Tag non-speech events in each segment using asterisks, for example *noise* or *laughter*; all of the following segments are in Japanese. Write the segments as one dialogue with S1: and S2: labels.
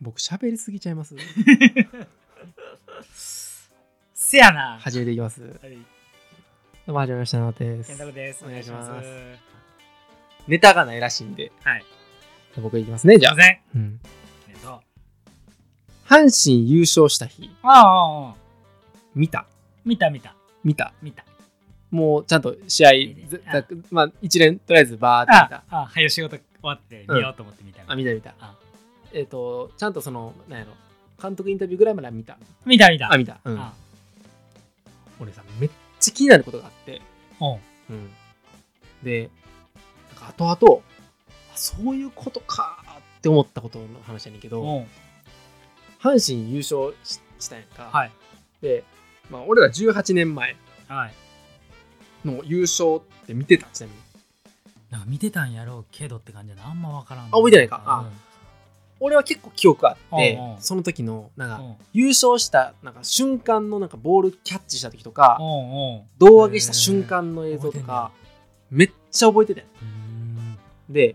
S1: 僕喋りすぎちゃいます。
S2: せやな。
S1: 始めていきます。ど
S2: はい。
S1: うも、はじめまして、なおで
S2: 健
S1: す
S2: 太。郎です。
S1: お願いします
S2: お願
S1: ネタがないらしいんで、
S2: はい。
S1: 僕いきますね、じゃ
S2: 当
S1: あ。
S2: 然。
S1: うん
S2: えっと。あ
S1: 阪神優勝した日、
S2: あああ、
S1: 見た、
S2: 見た見た、
S1: 見た。
S2: 見た。
S1: もうちゃんと試合
S2: いね、
S1: ず
S2: あ
S1: まあ、一連、とりあえずバーって見
S2: あ
S1: た。
S2: あ、はよ仕事終わって見ようと思って見た。
S1: あ、見た見た
S2: あ。
S1: えっと、ちゃんとその、なんやろ、監督インタビューぐらいまでは見た。
S2: 見た見た。
S1: あ、見た。うん
S2: あ
S1: 俺さ、めっちゃ気になることがあって。
S2: おう
S1: うん、でなんか後々あそういうことかって思ったことの話やねんけど
S2: おう
S1: 阪神優勝ししたんやんか、
S2: はい。
S1: で、まあ、俺ら18年前
S2: はい。
S1: の優勝って見てたちなみに
S2: なんか見てたんやろうけどって感じやな。あんまわからん。あ
S1: あ覚えてないかあ俺は結構記憶あって、
S2: うんうん
S1: その時のなん
S2: うん
S1: か優勝したなんか瞬間のなんかボールキャッチした時とか
S2: おうおう
S1: 胴上げした瞬間の映像とかめっちゃ覚えてたやん
S2: うーん。
S1: で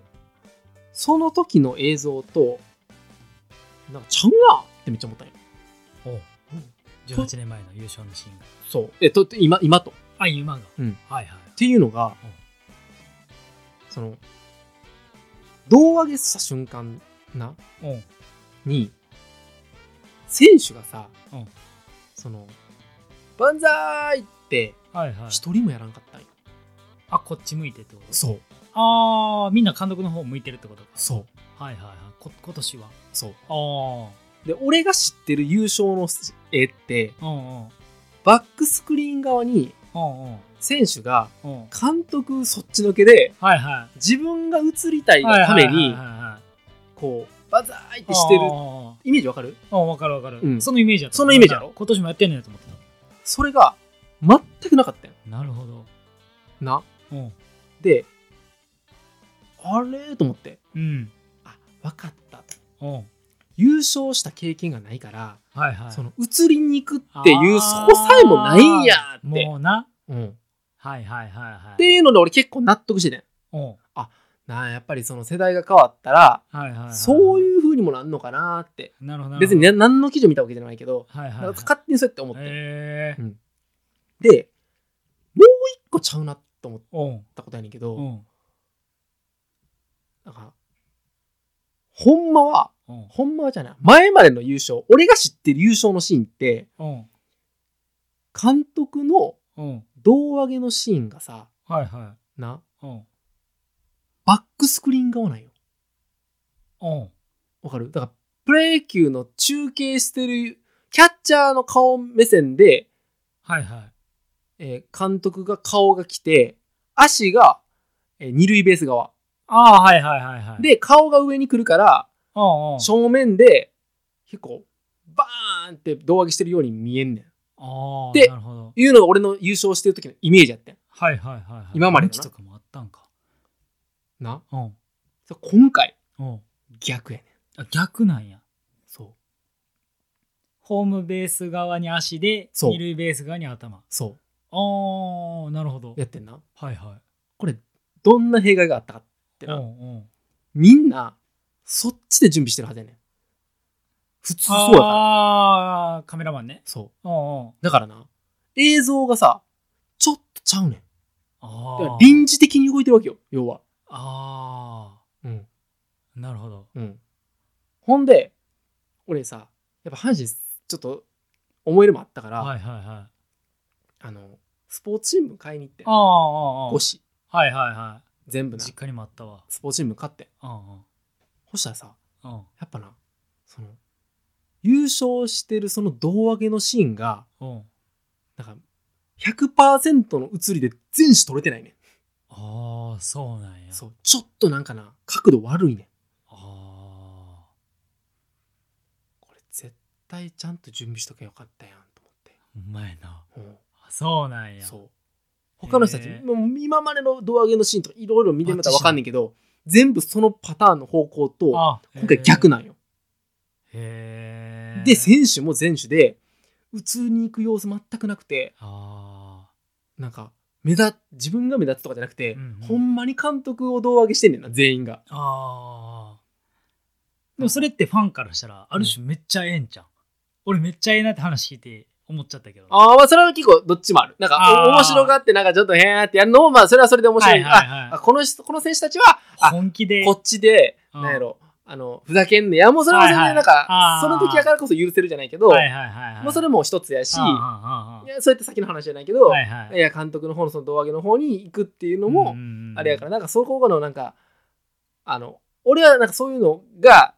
S1: その時の映像となんかちゃうなってめっちゃ思ったんよ
S2: おう
S1: うん
S2: 18年前の優勝のシーンが。
S1: そうえと今今と
S2: あ、いう漫画。
S1: うん
S2: はいはい。
S1: っていうのが、
S2: うん
S1: その胴上げした瞬間な
S2: おう
S1: に選手がさ、
S2: うん
S1: その「万歳!」って
S2: はいはい。
S1: 一人もやらんかったんよ、
S2: あ、こっち向いてってこと
S1: そう
S2: ああ、みんな監督の方向いてるってことか。
S1: そう
S2: はいはいはい。こ今年は。
S1: そう
S2: あ
S1: で俺が知ってる優勝の絵って
S2: あ。うんうん。
S1: バックスクリーン側に
S2: うんうん。
S1: 選手が
S2: うん。
S1: 監督そっちのけで
S2: はいは
S1: 自分が映りたい
S2: い。
S1: がために
S2: はいはいはいはいはい
S1: こうバザーイってしてる
S2: あー
S1: イメージわかる
S2: あー、わかるわかる、
S1: うん
S2: そのイメージやった。
S1: そのイメージやろ
S2: 今年もやってんのやと思って
S1: それが全くなかったよ
S2: た。なるほど。
S1: な
S2: うん。
S1: であれと思って
S2: うん。
S1: あ分かったと
S2: うん。
S1: 優勝した経験がないから、
S2: はいはい。
S1: その移りに行くっていう
S2: あ
S1: そ
S2: ー
S1: こさえもないんやって、
S2: もうな。
S1: うん、っ
S2: はいはいはいはい。
S1: て、いうので俺結構納得してたよ
S2: うん。は
S1: なあやっぱりその世代が変わったら
S2: いはい、はい。
S1: そう
S2: う。
S1: いう風にもなんのかなって
S2: なるほどなるほ
S1: 別
S2: ど。
S1: に、ね、何の記事を見たわけじゃないけど、
S2: はいはい、
S1: な
S2: は
S1: ん
S2: い
S1: か。勝手にそうやって思って、
S2: えー。
S1: でもう一個ちゃうなと思っ
S2: うん。
S1: たことやねんけど、
S2: うん。
S1: なんかほんまは
S2: うん。
S1: ほんまはじゃない前までの優勝俺が知ってる優勝のシーンって
S2: うん。
S1: 監督の
S2: うん。
S1: 胴上げのシーンがさ
S2: はいは。
S1: ない
S2: うん。
S1: バックスクリーン側なんよ
S2: うん。
S1: わかるだからプロ野球の中継してるキャッチャーの顔目線で、
S2: はいはい。
S1: えー監督が顔が来て足が、えー二塁ベース側
S2: ああ、はいはいはいはい。、
S1: で顔が上に来るから
S2: うんうん。
S1: 正面で結構バーンって胴上げしてるように見えんねん
S2: ああ、
S1: で
S2: なるほど。
S1: いうのが俺の優勝してる時のイメージやってん
S2: はいはいはいはい。
S1: 今までのな
S2: 期とかもあったんか。
S1: な
S2: うん。
S1: そう今回
S2: うん。
S1: 逆やねん
S2: あ逆なんや。
S1: そう
S2: ホームベース側に足で、
S1: そう
S2: 二塁ベース側に頭。
S1: そ
S2: ああ、なるほど
S1: う。やってんな
S2: はいは
S1: これどんな弊害があったかって
S2: い。
S1: な、
S2: うんうん。
S1: みんなそっちで準備してるはずやねん普通そうやから
S2: ああ、カメラマンね。
S1: そう
S2: うんうん。
S1: だからな映像がさちょっとちゃうねん
S2: あ
S1: だから
S2: あ。
S1: 臨時的に動いてるわけよ要は
S2: あ
S1: うん
S2: あ、なるほど。
S1: うんほんで俺さやっぱ阪神ちょっと思い入れもあったから、
S2: はいはいはい。あ
S1: あのスポーツチーム買いに行って
S2: あ、ああ、ああ
S1: 5。紙
S2: はいはいは
S1: 全部
S2: い。
S1: な
S2: 実家にもあったわ。
S1: スポーツチーム買って
S2: うんうん。
S1: ほしたらさ
S2: うん
S1: やっぱなその優勝してるその胴上げのシーンが
S2: うん。
S1: なんか100%の写りで全種取れてないね
S2: ああ、そうなんや。
S1: んそうちょっとなんかな角度悪いねん
S2: あ
S1: これ絶対ちゃんと準備しとけばよかったやんと
S2: あ、うまいな。
S1: 思って、
S2: そうなん
S1: うん、
S2: や。
S1: そう他の人たち
S2: へえ
S1: もう今までの胴上げのシーンとかいろいろ見てみたら分かんねんけど全部そのパターンの方向と
S2: あ
S1: 今回逆なんよ、
S2: へえ。
S1: で選手も選手で普通に行く様子全くなくて、
S2: あ
S1: なんか目立自分が目立つとかじゃなくて、
S2: うんうん
S1: ほんまに監督を胴上げしてんねんな全員が
S2: あ。ああ。でもそれってファンからしたら、ある種めっちゃええんちゃん。俺めっちゃええなって話聞いて思っちゃったけど。
S1: ああ、まあ、それは結構どっちもある。なんか、
S2: あー
S1: お面白がって、なんかちょっとへーってやるのも、まあ、それはそれで面白い。
S2: はいはいはい
S1: ああこの人、この選手たちは、あ
S2: 本気で。
S1: こっちで、
S2: うん
S1: なんやろ、あの、ふざけんねや。もうそれはそれで、
S2: はいはい
S1: なん
S2: あ
S1: か
S2: ー、
S1: その時やからこそ許せるじゃないけど、
S2: はいはいはいはい。
S1: もうそれも一つやし、
S2: ああ
S1: い
S2: あああ
S1: やそうやって先の話じゃないけ
S2: あ
S1: ど、
S2: はいいはい。。
S1: や、監督の方のその胴上げの方に行くっていうのも、あれやからら、なんかそこの、なんか、あの、俺はなんかそういうのが、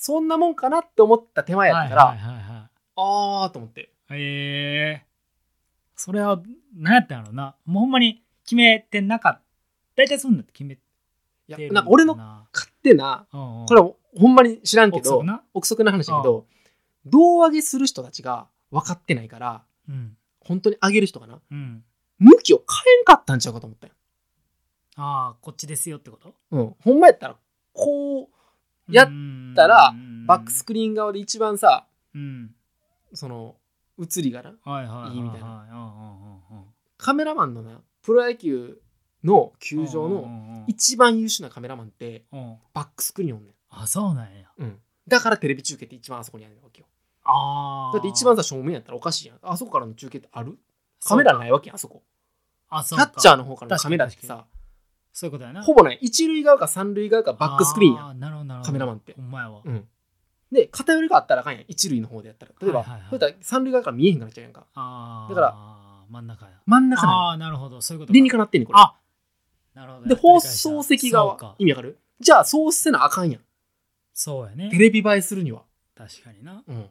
S1: そんなもんかなって思った手前やったから、
S2: はいはいはいはい
S1: あーと思って。
S2: ええそれは何やったんやろうなもうほんまに決めてなかった大体そんなんって決めて
S1: いや
S2: る、
S1: なんか俺の
S2: な
S1: 勝手な、
S2: うんうん
S1: これはほんまに知らんけ
S2: 奥さ
S1: ど
S2: ん、な
S1: 憶測の話だけど、胴上げする人たちが分かってないから、
S2: うん
S1: 本当に上げる人かな、
S2: うん
S1: 向きを変えんかったんちゃうかと思ったよ。
S2: ああこっちですよってこと
S1: うん。ほんまやったら、こう、やったらバックスクリーン側で一番さ、
S2: うん
S1: その、映りがな、
S2: はいはいはい
S1: いみたいな
S2: はいうんうんうんうん
S1: カメラマンのな、プロ野球の球場の
S2: うんうんうん
S1: 一番優秀なカメラマンって、
S2: うん
S1: バックスクリーンおんね
S2: あそうなんや
S1: ん。うん。だからテレビ中継って一番あそこにあるわけよ。
S2: ああ
S1: だって一番さ、正面やったらおかしいやん。あそこからの中継ってあるカメラないわけやん、あそこ。
S2: あ
S1: キ
S2: そう
S1: ャ
S2: か
S1: ッチャーの方からのカメラって
S2: 確かに
S1: さ、
S2: そういうことやな
S1: ほぼない。一塁側か三塁側かバックスクリーンやん
S2: あなるほどなるほど
S1: カメラマンって
S2: ほ。んまやわ
S1: うん。で、偏りがあったらあかんやん。一塁の方でやったら。例えば、
S2: はいはいはい
S1: そういったら三塁側から見えへんからちゃうやんか。
S2: ああ
S1: だから
S2: 真ん中や
S1: 真ん中な
S2: ああなるほどそういうこ
S1: の。
S2: と
S1: 理にかなってんねん、これ。
S2: あなるほど
S1: で、放送席
S2: がそう
S1: 側
S2: か。
S1: 意味わかるじゃあ、そうせなあかんやん。
S2: そうやね
S1: テレビ映えするには。
S2: 確かになだ
S1: うん。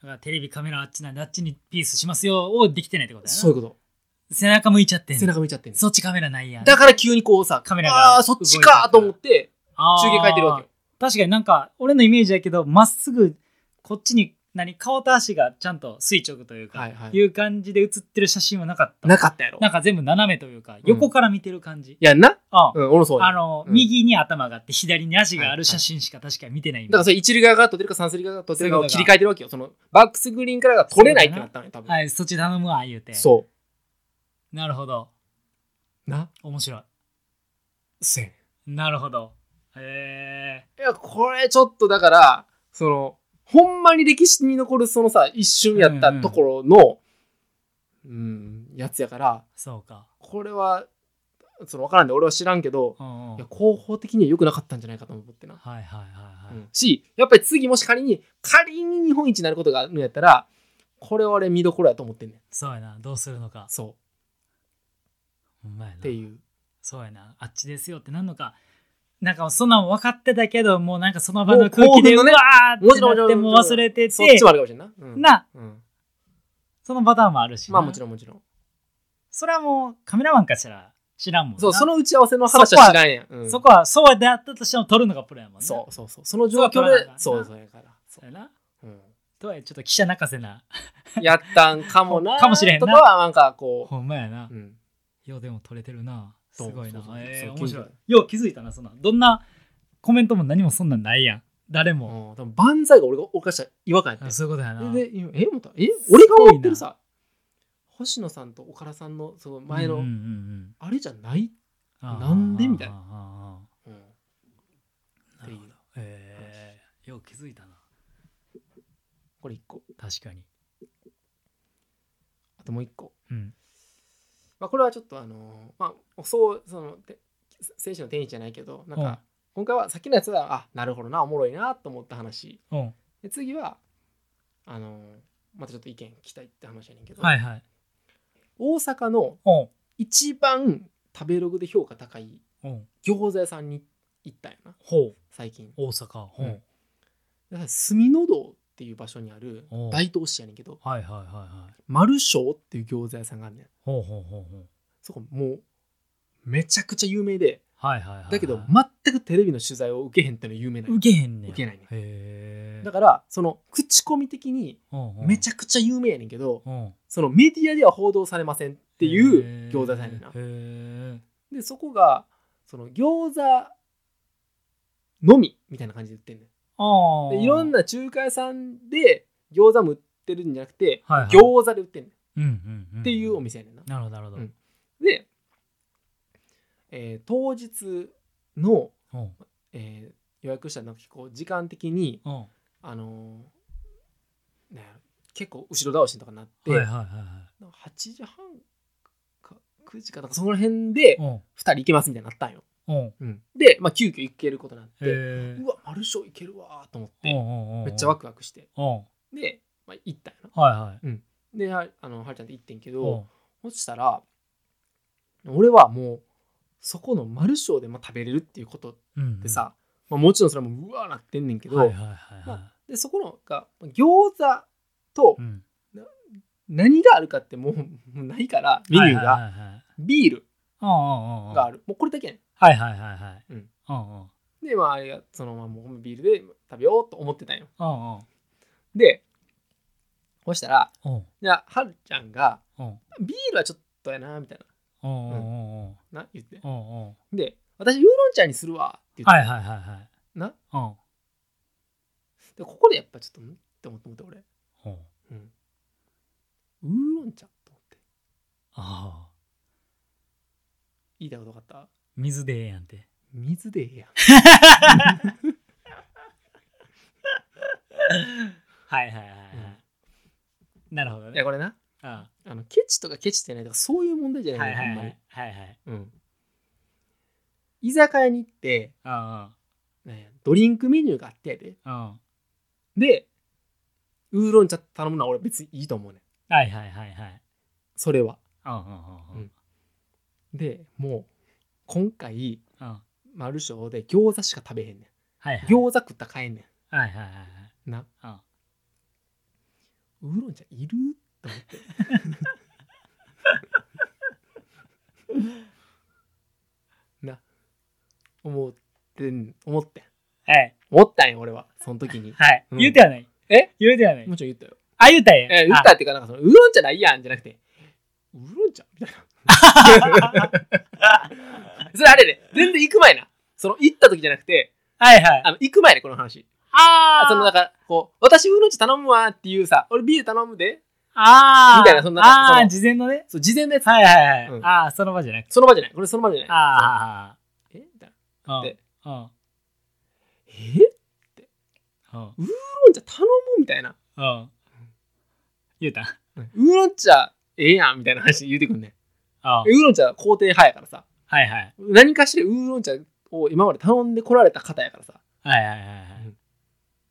S2: からテレビカメラあっちなんであっちにピースしますよをできてないってことやな
S1: そういうこ
S2: 背中向いちゃって
S1: と。
S2: ん
S1: 背中見ちゃってんねん
S2: そっちカメラないやん
S1: だから急にこうさ、
S2: カメラが
S1: ああー、そっちかと思って、
S2: あー
S1: 中継変えてるわけよ。
S2: 確かになんか俺のイメージだけどまっすぐこっちに何顔と足がちゃんと垂直というか、
S1: はいいはいう
S2: 感じで写ってる写真はなかった
S1: なかったやろ。
S2: なんか全部斜めというか横から見てる感じ、
S1: いやんな。
S2: ああ
S1: うん、俺もそうや
S2: あ
S1: だか
S2: の、
S1: うん
S2: 右に頭があって左に足が
S1: は
S2: あ
S1: いは
S2: る
S1: い
S2: 写真しか確かに見てない。
S1: らそれ一塁側が撮ってるか三塁側が撮ってるかを
S2: そ
S1: 切
S2: ういう
S1: り
S2: こと
S1: 替えてるわけよ。その、バックスクリーンからが撮れないってなったのよ、多分。
S2: はい、そっち頼むわ、言うて。
S1: そ
S2: なるほど。
S1: う。な。
S2: 面白い。
S1: せん。
S2: なるほど。へえ。
S1: いや、これちょっとだから、その、ほんまに歴史に残るそのさ、一瞬やったところの、うん、やつやから、
S2: そうか。
S1: これは、その、わからんで、俺は知らんけど、
S2: うんうん
S1: いや、広報的には良くなかったんじゃないかと思ってな。
S2: はいはいはいは
S1: う
S2: い。
S1: んし、やっぱり次もし仮に、仮に日本一になることがあるんやったら、これは俺見どころやと思ってんねん。
S2: そうやな。どうするのか。
S1: そ
S2: ほんまやな
S1: う。っていう。
S2: そうやな。あっちですよってなんのか。なんかそんなん分かってたけど、もうなんかその場
S1: も
S2: の
S1: う
S2: 空気で、
S1: 興奮のね
S2: うわー
S1: も
S2: って
S1: ちろん
S2: なってもう
S1: もちろ
S2: 忘
S1: ん
S2: れて
S1: そってちも、あるかもしれんな。うん。
S2: な、
S1: うん。
S2: そのパターンもあるしな。
S1: まあもちろんもちろん。
S2: それはもうカメラマンからしたら知らんもんな。
S1: そう、その打ち合わせの話は知らんやん。うん
S2: そこはそうであったとしても撮るのがプロやもんね。
S1: そうそうそう。その状況で、
S2: そ
S1: そうう
S2: 撮
S1: そうやから。そう
S2: そうやな。
S1: うん
S2: とはいえちょっと記者泣かせな。
S1: やったんかもな。
S2: かもしれへんな
S1: とかはなんかこ
S2: ほんまやな。
S1: う。うん。
S2: ようでも撮れてるな。す
S1: そう
S2: ごいな
S1: そうそう。そう
S2: え
S1: そ
S2: ー
S1: う
S2: 面
S1: 気づ
S2: 白
S1: い
S2: い
S1: た。
S2: よう気づいたな、そんな。どんなコメントも何もそんなんないやん。誰も。
S1: うん、多分万歳が俺が犯した違和感や
S2: あ
S1: っ
S2: そういうことやな。
S1: て。で、今え思ったえ俺が思ってるさ、星野さんと岡田さんのその前
S2: うんうんう
S1: の、
S2: ん
S1: あれじゃない、
S2: あー
S1: なんでみたいな
S2: あ
S1: う
S2: ーあ
S1: ん、
S2: ーあーなるほど。えーよう気づいたな。
S1: これ一個。
S2: 確かに。
S1: あともう一個。
S2: うん。
S1: まあ、これはちょっとあのーまあ、そう、その、て選手の定義じゃないけど、なん
S2: うん
S1: か、今回はさっきのやつは、あ、なるほどな、おもろいなと思った話。
S2: うん。
S1: で、次は、あのーまたちょっと意見聞きたいって話やねんけど、
S2: はいはい。
S1: 大阪の
S2: うん。
S1: 一番食べログで評価高い
S2: うん。
S1: 餃子屋さんに行ったんやな
S2: ほう。
S1: 最近
S2: 大阪。ほう。
S1: うんだから住の堂っていう場所にある
S2: おう
S1: 大東市やねんけど
S2: はいはいはいはい。
S1: 丸小っていう餃子屋さんがあるねん
S2: ほうほうほうほう。
S1: そこもうめちゃくちゃ有名で
S2: はいはいはい。
S1: だけど
S2: ま
S1: 全くテレビの取材を受けへんっていうの有名なの
S2: 受けへんねや
S1: 受けないね
S2: へえ
S1: だからその口コミ的にめち
S2: ゃ
S1: ゃくちゃ有名やねんけど
S2: っ
S1: そのメディアでは報道されませんっていう餃子屋さんやねんな
S2: へ
S1: でそこがその餃子のみみたいな感じで売ってんねん
S2: あ
S1: でいろん
S2: な
S1: な中華屋さんで餃子も売ってるんじゃなくて、
S2: はいはい
S1: 餃子で売ってるっ
S2: って
S1: いうお店やねんな。
S2: なるほどなるほど
S1: うんで、えー当日の、
S2: ほう
S1: えー予約したらなんかこう時間的に
S2: うん。は
S1: あのーなんやろ結構後ろ倒しとかなっ
S2: い
S1: て、
S2: はいはいは
S1: なんか8時半か9時かなんかその辺で
S2: い。うん。
S1: 2人行けますみたいになったんよ、
S2: うん。
S1: うんで、まあ、急遽行けることになっ
S2: へ
S1: て
S2: え
S1: う。わマルショー行けるわーと思っ
S2: うん
S1: て
S2: うんうん。
S1: めっちゃワクワクして
S2: うん。は
S1: で、まあ、行ったんやない
S2: はい。
S1: ではあのはるちゃんと行ってんけ
S2: う
S1: ど、
S2: ん。
S1: そしたら俺はもうそこのマルショーでも食べれるっていうこと
S2: うん。
S1: で。さ、まあ、もちろんそれはもううわーなってんねんけど、
S2: はいはいはいは
S1: までそこのが餃子と
S2: い。うん。
S1: 何があるかってもう *laughs* もうないからメニュー
S2: はい
S1: が
S2: はいはいはい。
S1: ビール
S2: うんうんうん。
S1: があるもうこれだけやね
S2: はいはいはいはい。
S1: うん。
S2: うんうん。
S1: んでまああれがそのままもうビールで食べようと思ってたんよ
S2: うんうん。
S1: でそしたら
S2: うん。
S1: いやはるちゃんが
S2: うん。
S1: 「ビールはちょっとやな」みたい
S2: うんうんうんうん。
S1: なな言って
S2: うんうん。
S1: で「私ウーロン茶にするわ」って言って、
S2: はいはいはいはい。
S1: な
S2: うん。
S1: でここでやっぱちょっとんって思って思って俺、
S2: うん。
S1: うん、ウーロン茶と思って
S2: ああ。
S1: 言いたいことがあった
S2: 水でええやんて。
S1: 水でええやん
S2: はいはいはいはい。なるほど
S1: いや
S2: ね。
S1: これな
S2: うんは
S1: あのケチとかケチってないとかそういう問題じ
S2: い
S1: ゃ
S2: は
S1: ないいの、
S2: は
S1: ほ
S2: い
S1: んま
S2: は
S1: に
S2: い。はいはい。
S1: うん、居酒屋に行って、
S2: うん
S1: ね、ドリンクメニューがあってやで
S2: うん。うん。
S1: でウーロン茶頼むのは俺別にいいと思うねん
S2: はいはいはいはい。
S1: それは
S2: うんうんうんうん。
S1: でもう今回
S2: うん。はい
S1: マルショーで餃子しか食べへんね
S2: はい。
S1: ん餃子食ったら買えんね
S2: はいはいはいは
S1: ん
S2: い。
S1: な
S2: うん。
S1: ウーロン茶いると思って *laughs* な思ってん思ってん
S2: はい。
S1: 思ったんよ俺は *laughs* その時に
S2: はい。
S1: うん
S2: 言うてはない。
S1: え
S2: 言うてはない
S1: も。ちろん言ったよ
S2: あ、言うたんや。
S1: え言ったっていうかなんかそのウーロン茶ないやんじゃなくてウーロン茶みたいな *laughs* それあれね全然行く前なその行った時じゃなくて
S2: あはいはい。
S1: あの行く前ねこの話
S2: あー
S1: そのなんかこう私ウーロン茶頼むわっていうさ俺ビール頼むで
S2: あー
S1: みたいなそんな
S2: あ
S1: そ
S2: ー
S1: の
S2: 事前のね。
S1: そう事前のやつ
S2: はいはいはい。
S1: うん
S2: ああ、その場じゃなくて。
S1: その場じゃないこれその場じゃない
S2: あ
S1: えみたいな
S2: あ。うん
S1: で
S2: うん。
S1: えウーロ
S2: うん。
S1: ン茶頼むみたいな
S2: うん。言うたん
S1: ウーロン茶ええやんみたいな話言うてくんねん
S2: あー
S1: ウーロン茶は肯定派やからさ
S2: はいはい。
S1: 何かしらウーロン茶を今まで頼んでこられた方やからさ
S2: はいはいはいはい。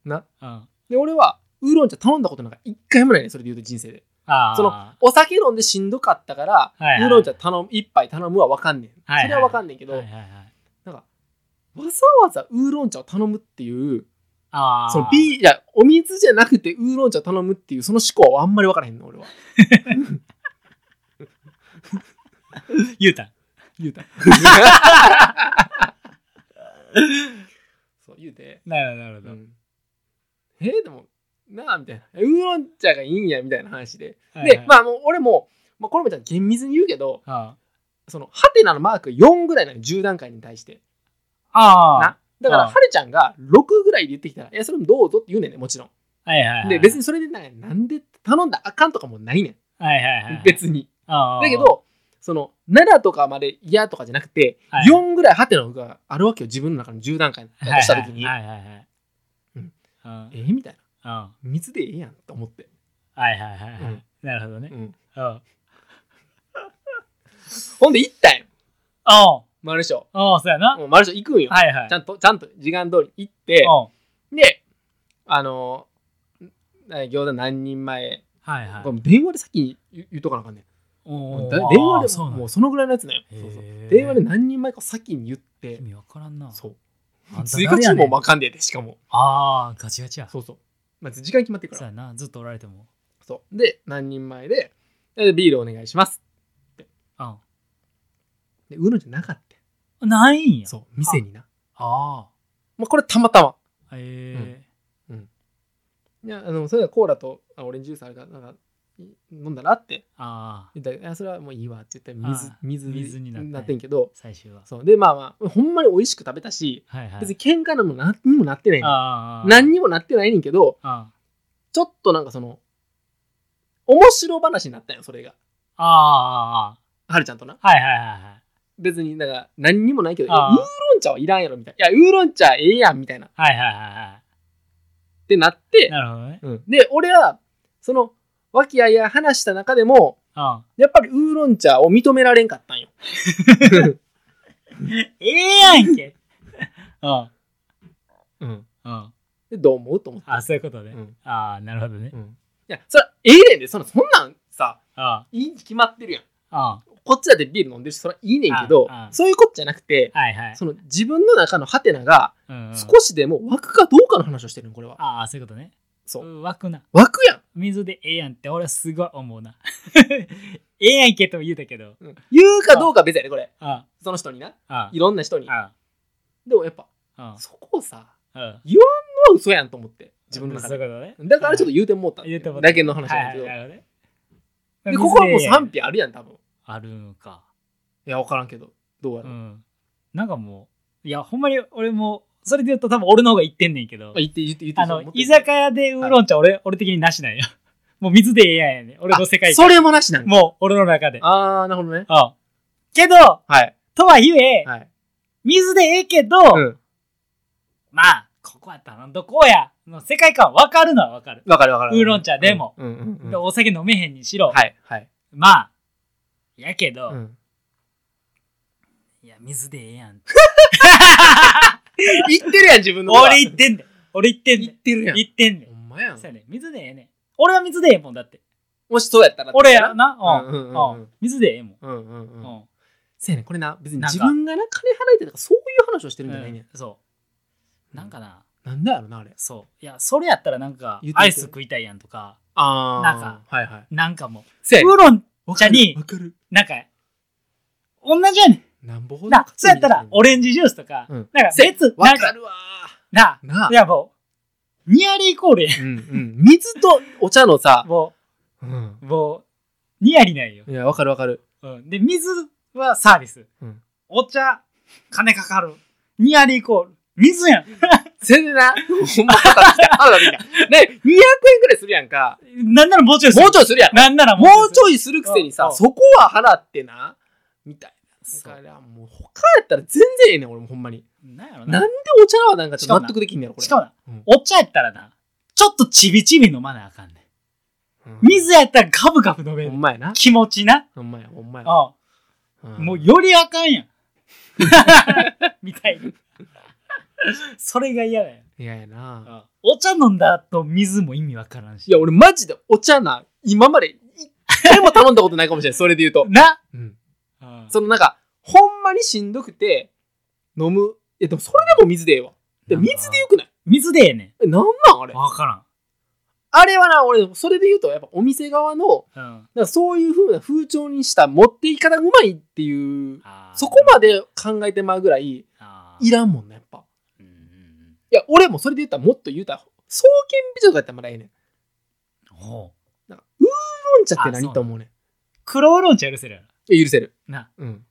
S1: な
S2: うん。あ
S1: で俺はウーロン茶頼んだことなんか一回もないねそれで言うと人生で
S2: あー。
S1: その
S2: は
S1: お酒飲んでしんどかったから、
S2: いはい
S1: ウーロン茶頼む一杯頼むは分かんねん、
S2: はいはい
S1: それは分かんねんけ
S2: い
S1: ど、
S2: はいはい。
S1: なんかわざわざウーロン茶を頼むっていう
S2: ああ。
S1: そのビーいやお水じゃなくてウーロン茶頼むっていうその思考はあんまり分からへんの俺は
S2: 言うたん
S1: 言
S2: *laughs*
S1: うたそう言うて、
S2: なるほど、なるほ
S1: う
S2: ど。
S1: んえーでもなあみたいなウーロン茶がいいんやみたいな話で、で
S2: あ、
S1: まあもう俺も、まあ、これもちゃんと厳密に言うけど
S2: あ
S1: そのハテナのマーク4ぐらいなの10段階に対して
S2: あ。
S1: なだから
S2: あ
S1: はるちゃんが6ぐらいで言ってきたら「いやそれもどうぞ」って言うねんねもちろん
S2: はいはいはい。
S1: で別にそれでなんかなんで頼んだらあかんとかもないね
S2: はいはいはい
S1: ん。別に
S2: ああ。
S1: だけ、どその7とかまで嫌とかじゃなくて、
S2: はい
S1: 4ぐらいハテナがあるわけよ自分の中の10段階だとした時に、
S2: はいはいはい。
S1: うん
S2: うん。
S1: えーみたいな
S2: うん。は
S1: 水でええやんと思って、
S2: いはいはいは
S1: うん
S2: い。なるほどね
S1: う。ん
S2: うん。あ
S1: ほんで行ったんよ
S2: あ。
S1: マルショ
S2: ああ、そうやな。
S1: もうマルショ行くんよ、
S2: はいはい。
S1: ちゃんとちゃんと時間通り行って
S2: うん
S1: であのーん餃子何人前
S2: はいはい
S1: こ。れ電話で先に言言っとかなあかんねん
S2: お
S1: も
S2: ー
S1: うだ電話
S2: あー
S1: で
S2: そう
S1: も
S2: なん
S1: も
S2: や
S1: うそのぐらいのやつだよ
S2: へー
S1: そうそう電話で何人前か先に言って
S2: 意味わからんな。
S1: そう
S2: あんた
S1: 追加
S2: 誰や
S1: 注
S2: ね
S1: 文
S2: ん
S1: もあかんでやでしかも
S2: ああ、ガチガチや。そ
S1: そうそうまず時間決まってる
S2: う
S1: から
S2: やな。ずっとおられても。
S1: そうで何人前ででビールお願いします
S2: うん。
S1: でウーロンじゃなかった
S2: ないんや。
S1: そう店にな
S2: あ
S1: まあこれたまたま
S2: あ。え
S1: いやあのそれはコーラとあオレンジジュースあるからなんかい飲んだなって
S2: え。ああ。
S1: 言ったらいやそれはもういいわって言って
S2: あ
S1: 水水
S2: 水になったんや
S1: ってんけど
S2: 最終は。
S1: そうでまあまあほんまに美味しく食べたし
S2: はいはい。
S1: 別に喧嘩でも何にもなってないねん
S2: ああ。
S1: 何にもなってないねんけど
S2: あ
S1: ちょっとなんかその、面白話になったよ、それが。
S2: あ。ああ。
S1: はるちゃんとな。
S2: はいはいはいはい。
S1: 別になんか何にもないけど、いやウ
S2: あ
S1: ー
S2: ー
S1: ロン茶はいらんやろみたいな。いや、ウーロン茶ええやんみたいな。っ
S2: はいはいは
S1: てなっ
S2: い。
S1: て、
S2: なるほどね。
S1: うんで、俺は、その、和気あいあい話した中でも、
S2: うん。
S1: やっぱりウーロン茶を認められんかっ
S2: *laughs*
S1: たんよ。
S2: ええやんけ。うん。
S1: うん。
S2: うん。
S1: で、どう思うと思って。
S2: あ、そういうことね。
S1: うん
S2: ああ、なるほどね。
S1: うんいや、それええねんで、そのそんなんさ、
S2: あ
S1: いいに決まってるやん。
S2: あ、あ
S1: こっちだってビール飲んでるし、それはいいねんけど
S2: あ、あ
S1: そういうことじゃなくて、
S2: あ、はいはい。
S1: その自分の中のハテナが
S2: うんうん
S1: 少しでも湧くかどうかの話をしてるの、これは。
S2: ああ、そういうことね。
S1: そう
S2: う。湧くな。
S1: 湧くやん。
S2: 水でええやんって俺はすごい思うな。 *laughs* ええやんけとも言うたけど。
S1: うん言うかどうかは別やね、これ。
S2: あ
S1: その人にな。
S2: あ、あ
S1: いろんな人に。
S2: あ、
S1: でもやっぱ、
S2: あ
S1: そこをさ、
S2: あ、
S1: もう嘘やんと思って、自分の中
S2: そう
S1: で。
S2: いうことね。
S1: だからちょっと言うてもうたんだよ
S2: 言うてもうた
S1: だけの話なんだけど。
S2: はいはいなるほどね
S1: で、ここはもう
S2: 水でええやん
S1: 賛否あるやん、多分。い
S2: あるのか。
S1: や、わからんけど。どうや
S2: う
S1: ろう。
S2: ん。なんかもう、いや、ほんまに俺も、それで言うと多分俺の方が言ってんねんけど
S1: まあ、、言って、言って、言って。
S2: あの、居酒屋でウーロン茶俺、俺的になしなんよ。 *laughs* もう水でええやんやねん。俺の世界
S1: あそれもなしなんか。
S2: もう俺の中で。
S1: あー、なるほどね。
S2: うん。けど、
S1: はい。
S2: とはいえ、
S1: はい。
S2: 水でええけど、
S1: うん。
S2: まあ、ここは頼んどこうや。の世界観わかるのはわかる。
S1: わかるわかる。
S2: ウーロン茶でも
S1: うん。うんうん
S2: で
S1: うん。
S2: お酒飲めへんにしろ。
S1: はい。はい。
S2: まあ、やけど、
S1: うん
S2: いや、水でええやん。
S1: 言ってるやん、自分の。
S2: 俺言ってんねん。俺言ってんね
S1: 言っ
S2: ん。
S1: てるやん。
S2: 言ってんねん
S1: ほ。んまやん
S2: そう。やねん水でええねん。俺は水でええもんだって。
S1: もしそうやったら。
S2: 俺や。な。
S1: うん
S2: う。
S1: うんん
S2: う
S1: うん
S2: ん水でええもん。
S1: うんうんうん。
S2: うん。
S1: そうやねんこれな、別に
S2: なんか
S1: 自分がな、金払えてとか、そういう話をしてるんじゃないねん。
S2: そう。なんかな、
S1: なんだろうな、あれ。
S2: そう。いや、それやったらなんか
S1: 言ってみ、て
S2: アイス食いたいやんとか、
S1: あー。
S2: なんか
S1: はいはい。
S2: なんかも
S1: せ
S2: う、ウーロン茶に
S1: わ、かる。
S2: なんか、同じやねん。
S1: なんぼほど
S2: な、そうやったら、
S1: 俺、
S2: オレンジジュースとか、
S1: うん
S2: なんか別、な
S1: わ
S2: ん
S1: か
S2: か、
S1: るわ
S2: な
S1: ー。、ない
S2: やもう、ニアリーイコールや
S1: うんうん。水とお茶のさ
S2: ん。、も
S1: うん。
S2: う、もう、ニアリなんよ。
S1: いや、わかるわかる。
S2: うん、で、水はサービス。
S1: うん
S2: お茶、金かかる。ニアリーイコール。水やん。
S1: せんでな。ほんま腹立ってきた。腹立ってきたね、200円くらいするやんか。
S2: なんならもうちょいする
S1: もうちょいするやん。
S2: なんなら
S1: もうち
S2: い
S1: ょいするくせに
S2: う
S1: さ
S2: ん、
S1: そこは払ってな。みたいな。
S2: そ
S1: だか
S2: う
S1: らもう、他やったら全然ええねん、俺もほんまに。
S2: なんやろ
S1: なん
S2: な
S1: で。お茶はなんかちょっと納得できんねやろ、これ。
S2: しかもな、
S1: うん
S2: お茶やったらな、ちょっとちびちび飲まなあかんね
S1: うん
S2: ん。水やったらガブガブ飲め
S1: ほ
S2: る
S1: ん。まやな。
S2: 気持ちな。
S1: ほんまや、ほんまや。
S2: あ
S1: ん
S2: もうよりあかんや *laughs* ん。みたいな。それが嫌だよ。
S1: いややな。
S2: お茶飲んだ後水も意味わからんし。
S1: いや、俺マジでお茶な、今まで一回も頼んだことないかもしれない、それで言うと。
S2: な、
S1: うん
S2: そ
S1: そのなんか、ほんまにしんどくて、飲む。え、でもそれでも水でええわ。で
S2: なんか
S1: 水でよくない
S2: 水でええね
S1: え、なんなんあれ
S2: ん。。わか
S1: あれはな、俺、それで言うと、やっぱお店側の、
S2: らん。うん
S1: なんかそういう風な風潮にした持っていき方がうまいっていう、
S2: あー。
S1: そこまで考えてまうぐらい、
S2: あー
S1: いらんもんな、やっぱ。
S2: うんうんうん
S1: いや、俺もそれで言ったらもっと言うたら、創建美女とかやったらまだええねん。
S2: ほう
S1: なんかウーロン茶って
S2: あそうな
S1: 何
S2: ん
S1: と思うねん。
S2: 黒ウーロン茶許せるやろ。
S1: いや許せる。
S2: な。
S1: うん。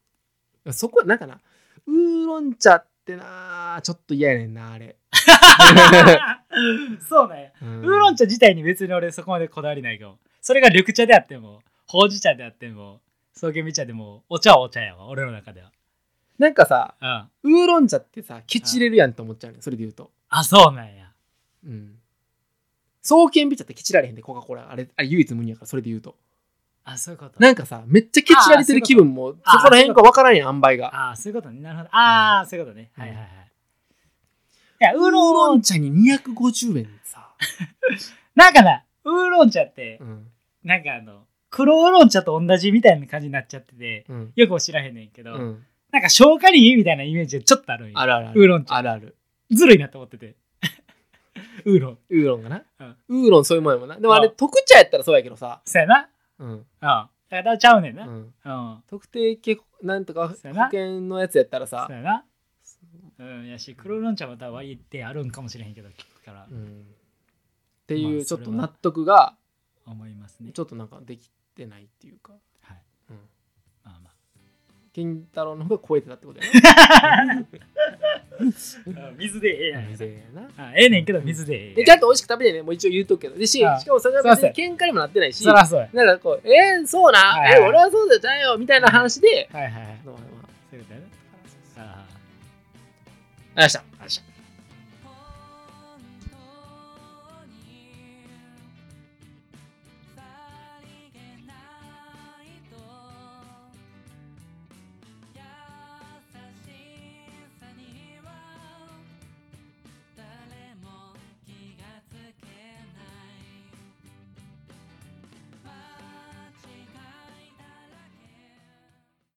S1: そこは、なんかな、ウーロン茶ってな、ちょっと嫌やねんな、あ
S2: *laughs*
S1: れ。
S2: *laughs* そうなんや。
S1: ウ
S2: ウーロン茶自体に別に俺そこまでこだわりないけど、それが緑茶であっても、ほうじ茶であっても、草原美茶でも、お茶はお茶やわ、俺の中では。
S1: なんかさ、
S2: うん。
S1: ウーロン茶ってさ、ケチれるやんって思っちゃうねん、それで言うと。
S2: あ、そうなんや。
S1: うん。創建美茶ってケチられへんで、コカ・コーラ。あれ、あれ唯一無二やから、それで言うと。
S2: あ、そういうこと。
S1: なんかさ、めっちゃケチられてる気分も、そ
S2: あーそういうこと
S1: こら辺がわからんやん、塩梅が。
S2: ああ、そういうことね。なるほど。ああ、そういうことね。はいはいはい。いや、ウ
S1: ウ
S2: ー
S1: ー
S2: ロ
S1: ロ
S2: ン
S1: ン、茶に250円さ。
S2: なんかな、ウーロン茶って
S1: う、ん。
S2: なんかあの、黒ウーロン茶と同じみたいな感じになっちゃってて、
S1: うん。
S2: よくも知らへんねんけど、
S1: うん。
S2: なんか消化にいいみたいなイメージがちょっとあるんよ
S1: あるあるある。
S2: ウーロン茶
S1: あるある。
S2: ずるいなと思って *laughs* て。ウーロン。
S1: ウーロンがな。
S2: うん
S1: ウーロンそういうもんやもんな。でもあれ、
S2: あ
S1: 特茶やったらそうやけどさ。
S2: そうやな。
S1: うん。
S2: うん。だからちゃうねん
S1: う
S2: な。うん。
S1: ん。
S2: そ
S1: 特定健康なんとか保
S2: そうやな
S1: 険のやつやったらさ
S2: う、やな。うん。やし、黒ウーロン茶また割ってあるんかもしれへんけど、聞くから
S1: うんって
S2: ま
S1: い
S2: あ
S1: うちょっ
S2: そ
S1: と
S2: れは
S1: 納得が
S2: 思いますね
S1: ち。ょっとなんかできてないっていうか、
S2: はい。
S1: うん、
S2: まあまあ。
S1: 金太郎の方が超えてたってことや
S2: *laughs* うん水でええや
S1: な
S2: ん。
S1: 水やな
S2: あええねんけど水でええ
S1: でちゃんと美味しく食べてねもう一応言うとくけどでしし
S2: ああ
S1: かもそれは別に喧嘩にもなってないし
S2: そらそうや
S1: なんかこうえー、そうな、
S2: はいはい
S1: えー俺はそうじゃないよみたいな話で、
S2: はいはいはい
S1: まあまあり
S2: そう
S1: がとうございました。